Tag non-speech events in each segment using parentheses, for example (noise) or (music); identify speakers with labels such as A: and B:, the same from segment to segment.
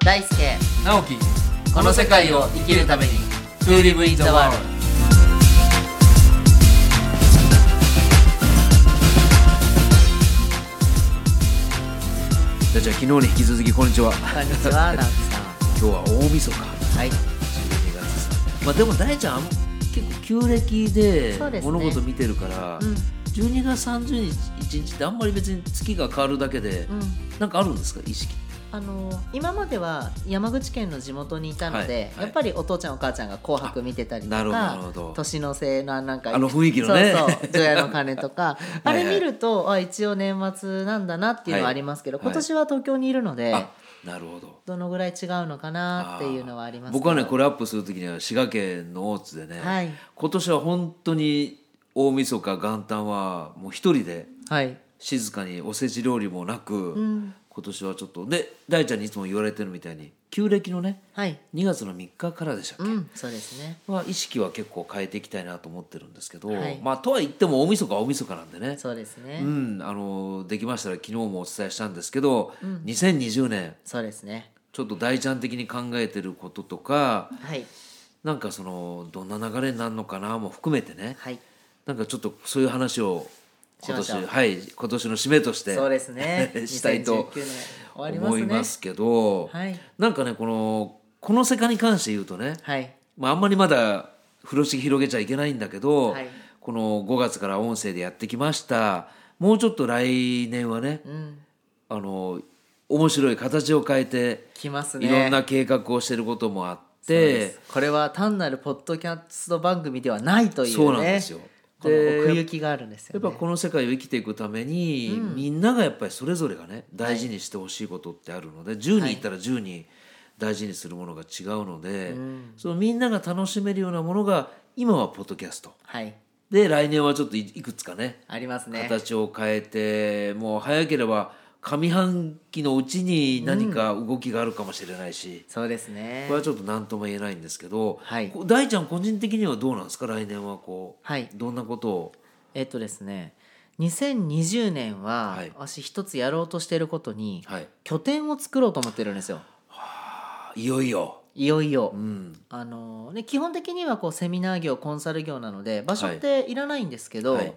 A: 大輔
B: 直樹
A: この世界を生きるために
B: To live in the world じゃあ昨日に引き続きこんにちは
A: こんにち (laughs) は直樹さん
B: 今日は大晦日
A: はい
B: 12月まあでも大ちゃんあん結構旧暦で
A: そうですね
B: 物事見てるから、
A: うん
B: 12月30日1日ってあんまり別に月が変わるだけで、
A: うん
B: なんかあるんですか意識って
A: あの今までは山口県の地元にいたので、
B: はいはい
A: やっぱりお父ちゃんお母ちゃんが「紅白」見てたりと
B: なるほどなる
A: か
B: ほど
A: 年の瀬のなんか
B: あの雰囲気のね
A: そうそう除夜の鐘と
B: (laughs)
A: か
B: はいはい
A: あれ見るとあ一応年末なんだなっていうのはありますけど、
B: はい
A: 今年は東京にいるので、
B: (laughs) あなるほど
A: どのぐらい違うのかなっていうのはあります
B: 僕はねこ
A: れ
B: れアップする時には滋賀県の大津でね、
A: はい
B: 今年は本当に大晦日元旦はもう一人で
A: はい
B: 静かにおせち料理もなく、
A: ん
B: 今年はちょっとで大ちゃんにいつも言われてるみたいに旧暦のね
A: はい
B: 2月の3日からでしたっけ、
A: うんそうですね
B: は意識は結構変えていきたいなと思ってるんですけど、
A: はい
B: まあとは言っても大晦日は大晦日なんでね
A: そうですね、
B: うん、あのできましたら昨日もお伝えしたんですけど、2020年
A: そうですね
B: ちょっと大ちゃん的に考えてることとか
A: はい
B: なんかそのどんな流れになるのかなも含めてね、
A: はい
B: なんかちょっとそういう話を今年
A: しましょう
B: はい今年の締めとして
A: そうですね
B: (laughs) したいと
A: 2019年終わりますね
B: 思いますけど
A: はい
B: なんかねこのこの世界に関して言うとね、
A: はい
B: まあ、あんまりまだ風呂敷広げちゃいけないんだけど、
A: はい
B: この5月から音声でやってきましたもうちょっと来年はね、
A: うん
B: あの面白い形を変えて、
A: 来ますね
B: いろんな計画をしてることもあっ
A: そう
B: て
A: ですこれは単なるポッドキャスト番組ではないというね
B: そうなんですよ
A: この
B: で
A: 奥行きがあるんです
B: や
A: よ
B: っぱ
A: ね
B: この世界を生きていくために、みんながやっぱりそれぞれがね大事にしてほしいことってあるので、10人いたら10人大事にするものが違うので、そのみんなが楽しめるようなものが今はポッドキャスト
A: はい
B: で来年はちょっといいくつかね
A: ありますね
B: 形を変えてもう早ければ上半期のうちに何か動きがあるかもしれないし、
A: そうですね
B: これはちょっと何とも言えないんですけど、
A: はい
B: こう大ちゃん個人的にはどうなんですか来年はこう、
A: はい
B: どんなことを
A: えっとですね2020年は、
B: はい
A: 私一つやろうとしてることに、
B: はい
A: 拠点を作ろうと思ってるんですよ
B: あいよいよ。
A: いよいよ、
B: うん
A: あのね、基本的にはこうセミナー業コンサル業なので場所っていらないんですけど、
B: はい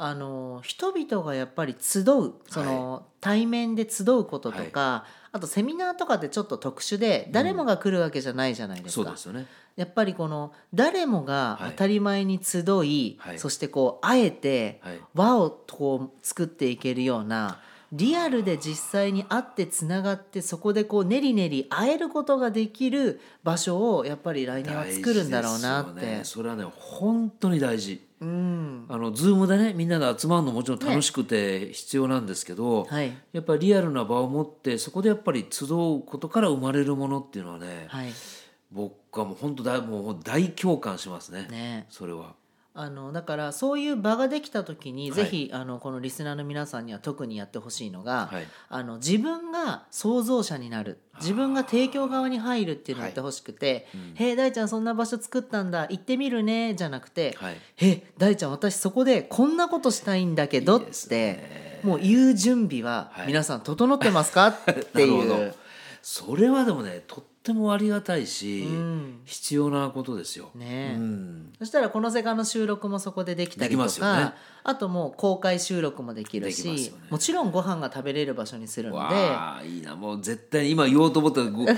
A: あの人々がやっぱり集うその、対面で集うこととか、あとセミナーとかってちょっと特殊で誰もが来るわけじゃないじゃないです
B: そう
A: か、
B: ですよね。
A: やっぱりこの誰もが
B: はい
A: 当たり前に集い、
B: はい
A: そしてこうあえて
B: はい
A: 輪をこう作っていけるようなリアルで実際に会ってつながってそこでこうねりねり会えることができる場所をやっぱり来年は作るんだろうなっ
B: 大
A: て、
B: 事ですよね、それはね本当に大事。
A: うん
B: あのズームでねみんなで集まるのもちろん楽しくて必要なんですけど、
A: はい
B: やっぱりリアルな場を持ってそこでやっぱり集うことから生まれるものっていうのはね、
A: はい
B: 僕はもう本当だもう大共感しますね。
A: ね
B: それは。
A: あのだからそういう場ができた時に、
B: はい
A: ぜひあのこのリスナーの皆さんには特にやってほしいのが、
B: はい
A: あの自分が創造者になる自分が提供側に入るっていうのをやってほしくて「へえ大ちゃんそんな場所作ったんだ行ってみるね」じゃなくて
B: はい
A: 「へえ大ちゃん私そこでこんなことしたいんだけど」
B: いい
A: っ
B: です
A: てもう言う準備は
B: はい
A: 皆さん整ってますかってい
B: (laughs) な
A: う
B: るほど。それはでもねとってもありがたいし、
A: ん
B: 必要なことですよ。
A: ねえ
B: うん
A: そしたらこの世界の収録もそこでできたりと
B: できますよ
A: か、
B: ね
A: あともう公開収録もできる
B: できま
A: し、
B: すよね
A: もちろんご飯が食べれる場所にするので
B: わあいいなもう絶対今言おうと思ったらごご (laughs)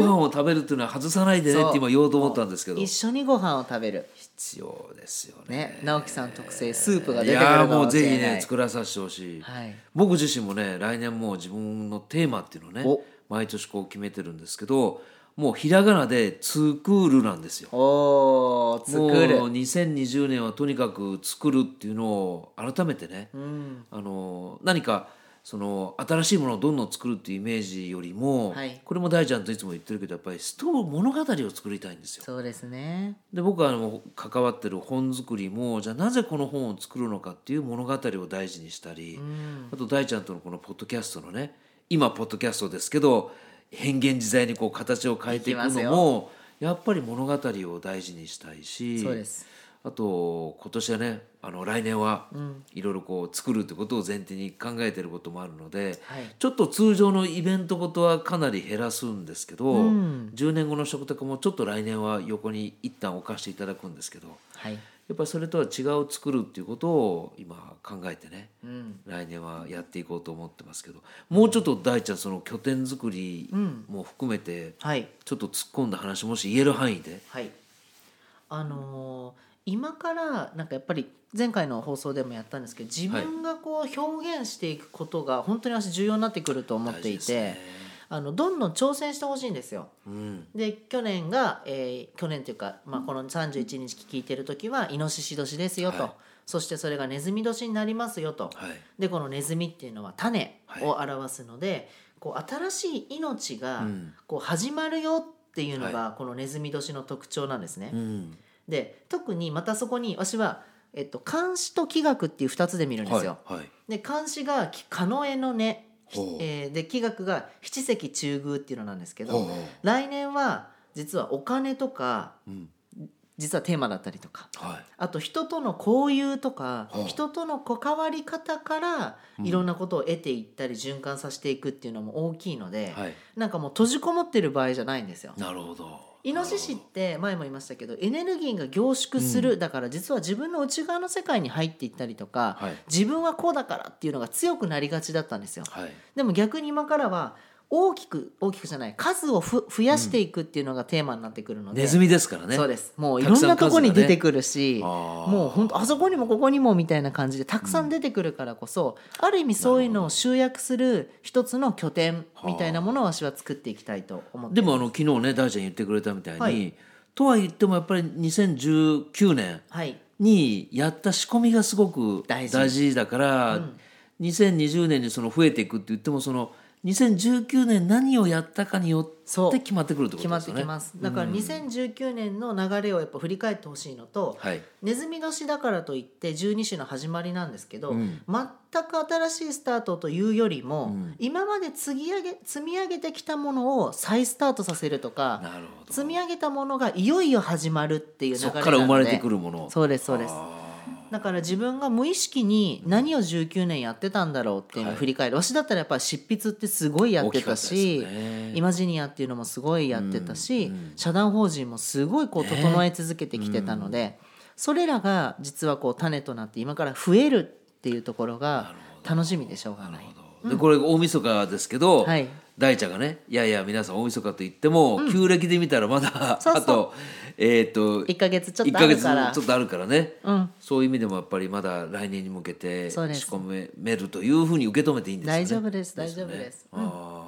B: 飯を食べるっていうのは外さないでねって今言おうと思ったんですけど
A: 一緒にご飯を食べる、
B: 必要ですよね
A: ね、直樹さん特製スープが
B: い
A: 出てくる
B: や
A: か
B: ーもう
A: もし
B: ぜ
A: れな
B: ひ
A: い
B: ね作らさせてほしい、
A: はい
B: 僕自身もね来年もう自分のテーマっていうのをね
A: お
B: 毎年こう決めてるんですけどもうひらがなで「ツクール」なんですよ
A: おー作
B: もう
A: る
B: 2020年はとにかく作るっていうのを改めてね、あの何かその新しいものをどんどん作るっていうイメージよりも、
A: はい
B: これも大ちゃんといつも言ってるけどやっぱりストーリー物語を作りたいんですよ。
A: そうですね
B: で僕はあの関わってる本作りもじゃあなぜこの本を作るのかっていう物語を大事にしたり、あと大ちゃんとのこのポッドキャストのね今ポッドキャストですけど変幻自在にこう形を変えていく
A: いきます
B: のもやっぱり物語を大事にしたいし
A: そうです
B: あと今年はねあの来年はいろいろこう作るってことを前提に考えてることもあるので、
A: はい
B: ちょっと通常のイベントごとはかなり減らすんですけど、10年後の食卓もちょっと来年は横に一旦置かせていただくんですけど
A: はい
B: やっぱりそれとは違う作るっていうことを今考えてね、来年はやっていこうと思ってますけどもうちょっと大ちゃんその拠点作りも含めて、
A: はい
B: ちょっと突っ込んだ話もし言える範囲で。
A: はいあのー今からなんかやっぱり前回の放送でもやったんですけど自分がこう表現していくことが本当に私重要になってくると思ってい
B: 大事
A: て、
B: ですね
A: あのどんどん挑戦してほしいんですよ。
B: うん、
A: で去年が、えー去年というか、まあ、この31日聞いてる時はイノシシ年ですよと、
B: はい
A: そしてそれがネズミ年になりますよと、
B: はい
A: でこのネズミっていうのは種を表すので、こう新しい命が
B: うん
A: こう始まるよっていうのがこのネズミ年の特徴なんですね。
B: うん
A: で特にまたそこに私は、えっと、漢詩と気学っていう2つで見るんですよ。
B: はいはい
A: で漢詩が「カノエの根」
B: ほう
A: えーで気学が「七石中宮」っていうのなんですけど、
B: ほうほう
A: 来年は実はお金とか
B: うん
A: 実はテーマだったりとか
B: はい
A: あと人との交友とか、
B: はあ
A: 人との関わり方からいろんなことを得ていったり循環させていくっていうのも大きいので、
B: はい
A: なんかもう閉じこもってる場合じゃないんですよ。
B: なるほど
A: イノシシって前も言いましたけどエネルギーが凝縮する、だから実は自分の内側の世界に入っていったりとか、
B: はい
A: 自分はこうだからっていうのが強くなりがちだったんですよ。
B: はい
A: でも逆に今からは大きく大きくじゃない数をふ増やしていくっていうのがテーマになってくるので、
B: ネズミですからね
A: そうですもうい
B: たく
A: ろん
B: さん
A: なとこに
B: 数がね
A: 出てくるし、
B: あー
A: もう本当あそこにもここにもみたいな感じでたくさん出てくるからこそ、ある意味そういうのを集約する一つの拠点みたいなものを私は作っていきたいと思って
B: でもあの昨日ね大ちゃん言ってくれたみたいに、
A: はい
B: とは言ってもやっぱり2019年
A: はい
B: にやった仕込みがすごく
A: 大
B: 大
A: 事
B: 事だから、2020年にその増えていくって言ってもその2019年何をやったかによ
A: そ
B: っ
A: う
B: て決まってくるってこ
A: 決
B: と
A: まっ
B: です
A: て
B: よね。
A: きますだから2019年の流れをやっぱ振り返ってほしいのと、
B: はい
A: ネズミ年だからといって12種の始まりなんですけど、
B: うん
A: 全く新しいスタートというよりも、今まで積み上げ積み上げてきたものを再スタートさせるとか
B: なるほど
A: 積み上げたものがいよいよ始まるっていう流れ
B: そ
A: な
B: こ
A: ので
B: から生まれてくるもの
A: そうですそうです
B: あ
A: だから自分が無意識に何を19年やってたんだろうっていうのを振り返る、わしだったらやっぱり執筆ってすごいや
B: ー
A: っ
B: 大
A: て
B: きか
A: た
B: ったです
A: し
B: よね
A: イマジニアっていうのもすごいやってたし、社団法人もすごいこう整え続けてきてたので、それらが実はこう種となって今から増えるっていうところが楽しみでしょうがない。
B: でこれ大晦日ですけど、
A: はい
B: 大ちゃんがね「いやいや皆さん大晦日と言っても、旧暦で見たらま
A: (laughs)
B: だ
A: そうそう
B: あとえっ、と
A: 1ヶ月ちょっ
B: 1
A: とあ
B: ヶ
A: る
B: 月ち
A: から
B: ょっとあるからね、
A: うん
B: そういう意味でもやっぱりまだ来年に向けて仕
A: そうです
B: 込めるというふうに受け止めていいんですよね。
A: 大丈夫です大丈夫です
B: あ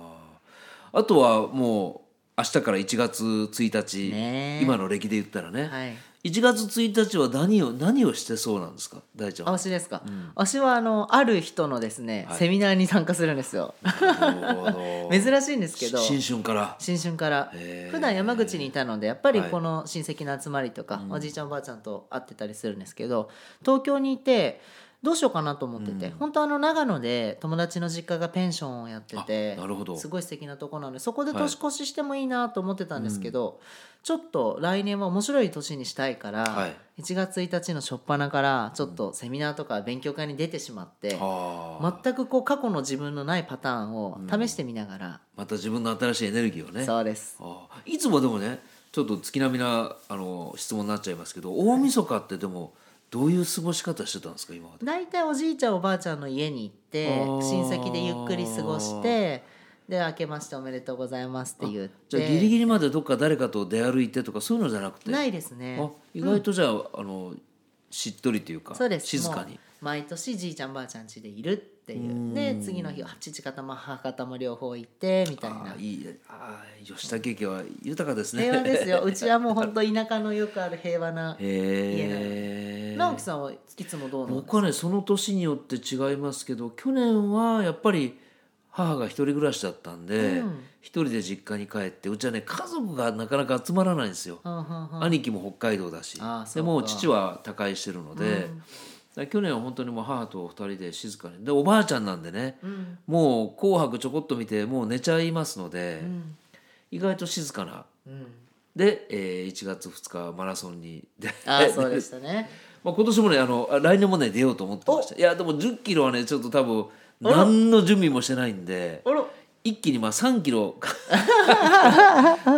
B: ーあとはもう明日から1月1日、
A: ねえ
B: 今の暦で言ったらね、
A: はい
B: 1月1日は何を何をしてそうなんですか
A: (laughs)
B: 大ちゃん
A: あ
B: は
A: わ。しですか、わしはあのある人のですね、セミナーに参加するんですよ
B: なるほど
A: (laughs) 珍しいんですけど
B: 新春から
A: 新春から
B: へー
A: 普段山口にいたのでやっぱりこの親戚の集まりとか、おじいちゃんおばあちゃんと会ってたりするんですけど東京にいてどうしようかなと思ってて、本当あの長野で友達の実家がペンションをやってて
B: あなるほど
A: すごい素敵なとこなのでそこで年越ししてもいいなと思ってたんですけど、ちょっと来年は面白い年にしたいから、
B: はい
A: 1月1日の初っ端からちょっとセミナーとか勉強会に出てしまって、
B: あー
A: 全くこう過去の自分のないパターンを試してみながら、
B: また自分の新しいエネルギーをね
A: そうです。
B: ああいつもでもねちょっと月並みなあの質問になっちゃいますけど大晦日ってでもどういう過ごし方してたんですか今まで
A: 大体おじいちゃんおばあちゃんの家に行って
B: あー
A: 親戚でゆっくり過ごしてで「明けましておめでとうございます」って言って
B: じゃあギリギリまでどっか誰かと出歩いてとかそういうのじゃなくて
A: ないですね
B: あ意外とじゃあ,、あのしっとりというか
A: そうです
B: 静かに
A: もう毎年じいちゃんばあちゃん家でいるっていうで次の日は父方も母方も両方行ってみたい
B: あ
A: な
B: あいいああ吉田家家は豊かですね
A: 平和
B: (laughs)
A: ですよ
B: へ
A: うちはもう本当田舎のよくある平和な
B: え
A: 直樹さんはいつもどうなの
B: 僕はねその年によって違いますけど去年はやっぱり母が一人暮らしだったんで一、人で実家に帰ってうちはね家族がなかなか集まらないんですよ、
A: うんうんうん
B: 兄貴も北海道だし
A: ああそう
B: で
A: か
B: もう父は他界してるので、だから去年は本当にもう母と二人で静かにでおばあちゃんなんでね、もう「紅白」ちょこっと見てもう寝ちゃいますので、意外と静かなで、えー1月2日マラソンに出
A: ああそうでしたね
B: まあ、今年もねあのあ来年もね出ようと思ってましたいやでも1 0キロはねちょっと多分何の準備もしてないんで
A: あら
B: 一気にまあ3キロ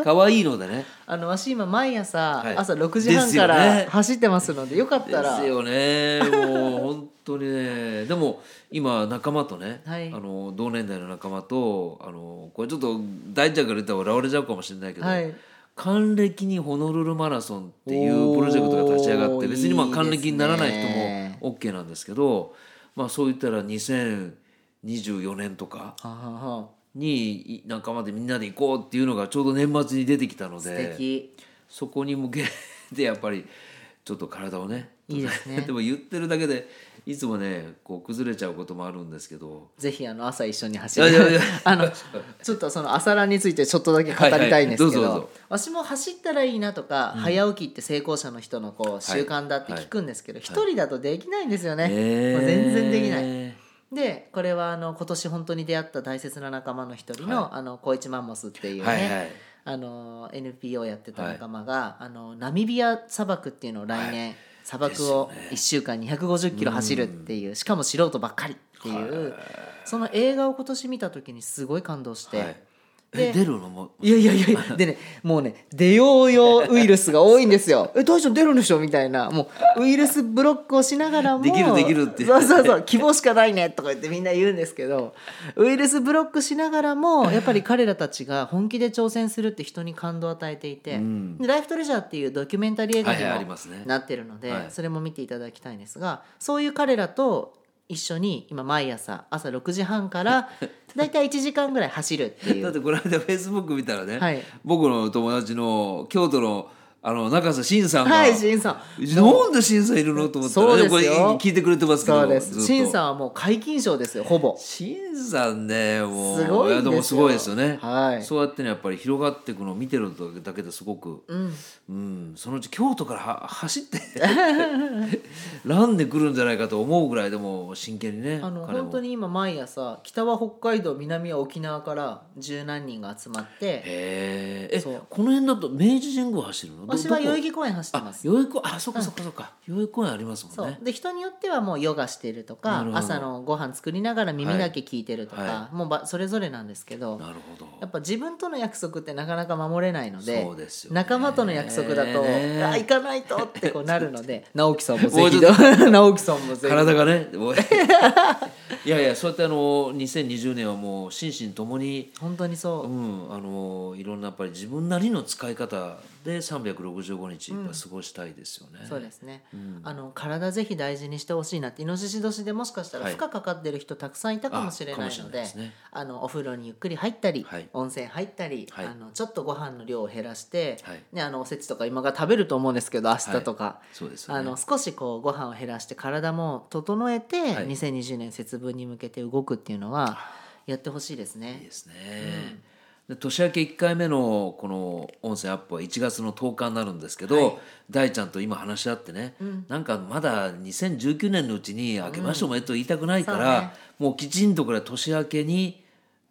B: 可愛いのでね
A: あのわし今毎朝
B: はい
A: 朝6時半か
B: ですよね
A: ら走ってますのでよかっ
B: で
A: たら
B: すよねもう本当にねでも今仲間とね、
A: はい
B: あの同年代の仲間とあのこれちょっと大ちゃんから言ったら笑われちゃうかもしれないけど、
A: はい
B: 還暦にホノルルマラソンっていうプロジェクトが立ち上がっ
A: お
B: て
A: ー
B: 別にまあ
A: いいですね
B: 還暦にならない人も OK なんですけどまあそう言ったら2024年とか
A: ははは
B: にい仲間でみんなで行こうっていうのがちょうど年末に出てきたの
A: 素
B: で
A: 敵
B: そこに向けて (laughs) やっぱりちょっと体をね
A: いいですね
B: (laughs) でも言ってるだけでいつもねこう崩れちゃうこともあるんです
A: (laughs)
B: けど
A: ぜひあの朝一緒に走る
B: いやいやいや
A: (laughs) あのちょっとその朝ランについてちょっとだけ語りたいんですけど,、
B: はいはいどうぞどうぞ
A: 私も走ったらいいなとか、早起きって成功者の人のこう習慣だって聞くんですけど一、人だとできないんですよね、もう全然できない
B: い。
A: でこれはあの今年本当に出会った大切な仲間の一人の、あの小一マンモスっていうね、
B: はいはい
A: あの NPO やってた仲間が、あのナミビア砂漠っていうのを来年、砂漠を1週間250キロ走るっていうしかも素人ばっかりっていうその映画を今年見た時にすごい感動して、
B: はい
A: で
B: え出るのも
A: いやいやい (laughs) やでねもうね出ようよウイルスが多いんですよ (laughs) え大丈夫出るんでしょみたいなもうウイルスブロックをしながらも
B: できるできるって
A: そうそうそう希望しかないねとか言ってみんな言うんですけどウイルスブロックしながらもやっぱり彼らたちが本気で挑戦するって人に感動を与えていて、でライフトレジャーっていうドキュメンタリー映画に
B: はいはいあり
A: も
B: ますね
A: なってるので、
B: はい
A: それも見ていただきたいんですがそういう彼らと一緒に今毎朝朝6時半 (laughs) からだいたい1時間ぐらい走るってい
B: だっ
A: う。
B: てこの間フェイスブック見たらね、
A: はい
B: 僕の友達の京都のあの中瀬慎さんが、
A: はい、しんさん。
B: なんで慎さんいるのと思ったら、
A: そうですよ
B: これ聞いてくれてますけど
A: そうで
B: ずっ
A: す。
B: と
A: シンさんはもう解禁賞ですよ、ほぼ。
B: 慎さんねもう
A: すごいんですよ
B: やでもすごいですよね、
A: はい
B: そうやってねやっぱり広がっていくのを見てるだけですごく、うんそのうち京都からは走って
A: (laughs)
B: ランで来るんじゃないかと思うぐらいでも真剣にね
A: あの
B: 彼も
A: 本当に今毎朝北は北海道南は沖縄から十何人が集まって
B: へーえ
A: そう
B: この辺だと明治神宮走るのど
A: 私は
B: どこ
A: 代々木公園走ってま
B: あ
A: す
B: 代々木公あそっかそっかそっか代々木公園ありますも
A: そ
B: ん
A: う
B: ね
A: で人によってはもうヨガしてると
B: な
A: か
B: るほど
A: 朝のご飯作りながら耳だけ聞いてるとか、
B: は
A: もうばそれぞれなんですけど
B: なるほど
A: やっぱ自分との約束ってなかなか守れないので
B: そうですよね
A: 仲間との約束だと、
B: ね
A: あ行かないとってこうなるの
B: (laughs)
A: で直樹さんも
B: も
A: ぜ
B: うちょ
A: ひ
B: っ
A: (laughs)
B: と
A: 直樹さんもぜひ
B: 体がねもう (laughs) いやいやそうやってあの2020年はもう心身ともに
A: 本当にそう、
B: うんあのいろんなやっぱり自分なりの使い方で365日やっぱ過ごしたいですよね、
A: そうですね、あの体ぜひ大事にしてほしいなってイノシシ年でもしかしたら
B: はい
A: 負荷かかってる人たくさんいたかもしれない
B: あかも
A: の
B: しれ
A: で,、
B: ないですね
A: あのお風呂にゆっくり入ったり、
B: はい
A: 温泉入ったり、
B: はい
A: あのちょっとご飯の量を減らして、
B: はい
A: ね、あのおせちとか今が食べると思うんですけど明日とか、
B: そうですよね
A: あの少しこうご飯を減らして体も整えて、
B: はい
A: 2020年節分に向けて動くっていうのはやってほしいです
B: いい
A: ね
B: で。すね、で年明け1回目のこの音声アップは1月の10日になるんですけど、大ちゃんと今話し合ってね、なんかまだ2019年のうちに「明けましておめでとう」言いたくないから、
A: そうね
B: もうきちんとこれは年明けに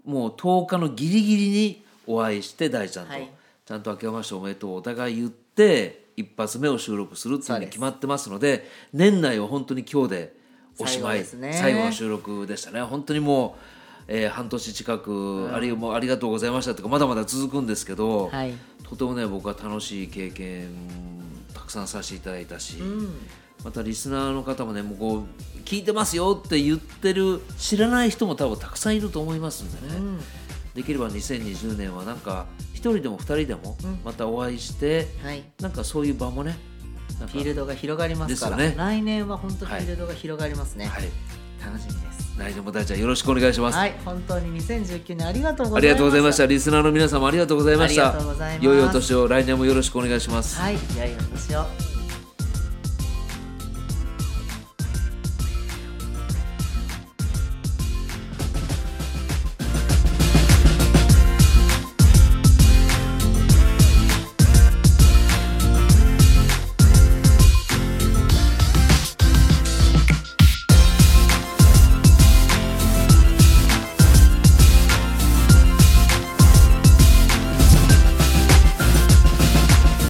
B: もう10日のギリギリにお会いして大ちゃんと、
A: はい
B: ちゃんと「明けましておめでとう」お互い言って一発目を収録するっていう
A: そ
B: の
A: う
B: に
A: です
B: 決まってますので年内は本当に今日でおしまい
A: 最後ですね
B: 最後の収録でしたね本当にもう、えー半年近くあり,、もうありがとうございましたとかまだまだ続くんですけど、
A: はい
B: とてもね僕は楽しい経験たくさんさせていただいたし、またリスナーの方もねもうこう聞いてますよって言ってる知らない人も多分たくさんいると思いますんでね、できれば2020年はなんか一人でも二人でもまたお会いして、
A: はい
B: なんかそういう場もねなんか
A: フィールドが広がりますから
B: ですよね
A: 来年は本当フィールドが広がりますね、
B: はい
A: 楽しみです。
B: 来年も大ちゃんよろしくお願いします。
A: はい、本当に2019年ありがとうございました。
B: ありがとうございました。リスナーの皆様ありがとうございました。
A: ありがとうございます
B: 良いお年を来年もよろしくお願いします。
A: はい、良いお年を。